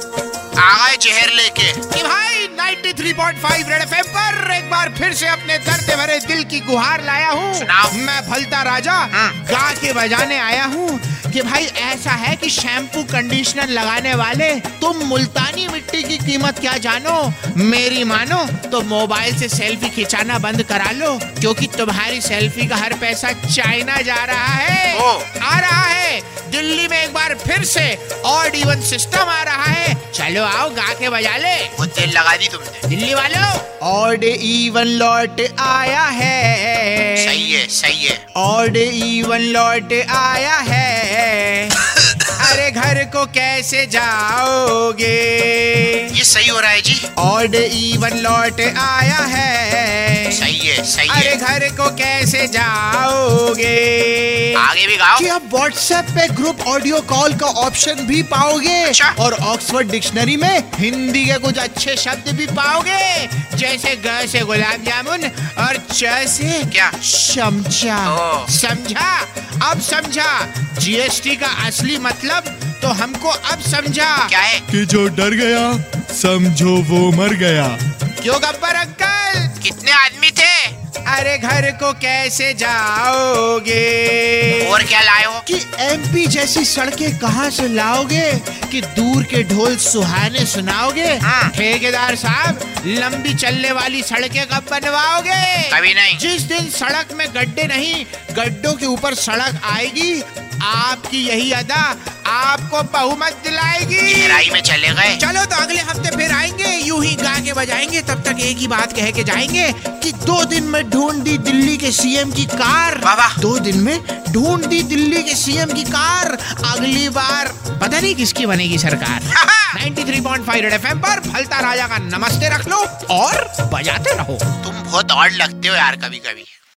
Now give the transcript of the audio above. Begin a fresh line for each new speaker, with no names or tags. आ गए जहर लेके
कि भाई 93.5 रेड एफएम पर एक बार फिर से अपने दर्द भरे दिल की गुहार लाया
सुनाओ।
हूँ मैं भलता राजा
हाँ।
गा के बजाने आया हूँ कि भाई ऐसा है कि शैम्पू कंडीशनर लगाने वाले तुम मुल्तानी मिट्टी की कीमत क्या जानो मेरी मानो तो मोबाइल से सेल्फी खिंचाना बंद करा लो क्योंकि तुम्हारी सेल्फी का हर पैसा चाइना जा रहा है
ओ।
आ रहा है दिल्ली में एक बार फिर से ऑड इवन सिस्टम आ रहा है चलो आओ गा के बजा ले
वो तेल लगा दी तुमने
दिल्ली वालों ऑड इवन लौट आया है
सही है सही है
ऑड इवन लौट आया है अरे घर को कैसे जाओगे
ये सही हो रहा है जी
ऑड इवन लौट आया है
सही है सही
अरे
है
घर को कैसे जाओगे
आगे भी गाओ
कि आप व्हाट्सएप पे ग्रुप ऑडियो कॉल का ऑप्शन भी पाओगे
अच्छा।
और ऑक्सफोर्ड डिक्शनरी में हिंदी के कुछ अच्छे शब्द भी पाओगे जैसे ग से गुलाब जामुन और च से
क्या?
समझा
ओ।
समझा अब समझा जीएसटी का असली मतलब तो हमको अब समझा
क्या है
कि जो डर गया समझो वो मर गया
क्यों गब्बर अंकल
कितने आदमी थे
अरे घर को कैसे जाओगे
और क्या लाए हो
कि एमपी जैसी सड़कें कहाँ से लाओगे कि दूर के ढोल सुहाने सुनाओगे
हाँ।
ठेकेदार साहब लंबी चलने वाली सड़कें कब बनवाओगे
कभी नहीं।
जिस दिन सड़क में गड्ढे नहीं गड्ढों के ऊपर सड़क आएगी आपकी यही अदा आपको बहुमत दिलाएगी
गहराई में चले गए
चलो तो अगले हफ्ते फिर आएंगे यूं ही गा के बजाएंगे तब तक एक ही बात कह के जाएंगे कि दो दिन में ढूंढ दी दिल्ली के सीएम की कार
वाह वाह।
दो दिन में ढूंढ दी दिल्ली के सीएम की कार अगली बार पता नहीं किसकी बनेगी सरकार 93.5 रेड एफएम पर फलता राजा का नमस्ते रख लो और बजाते रहो
तुम बहुत ऑड लगते हो यार कभी कभी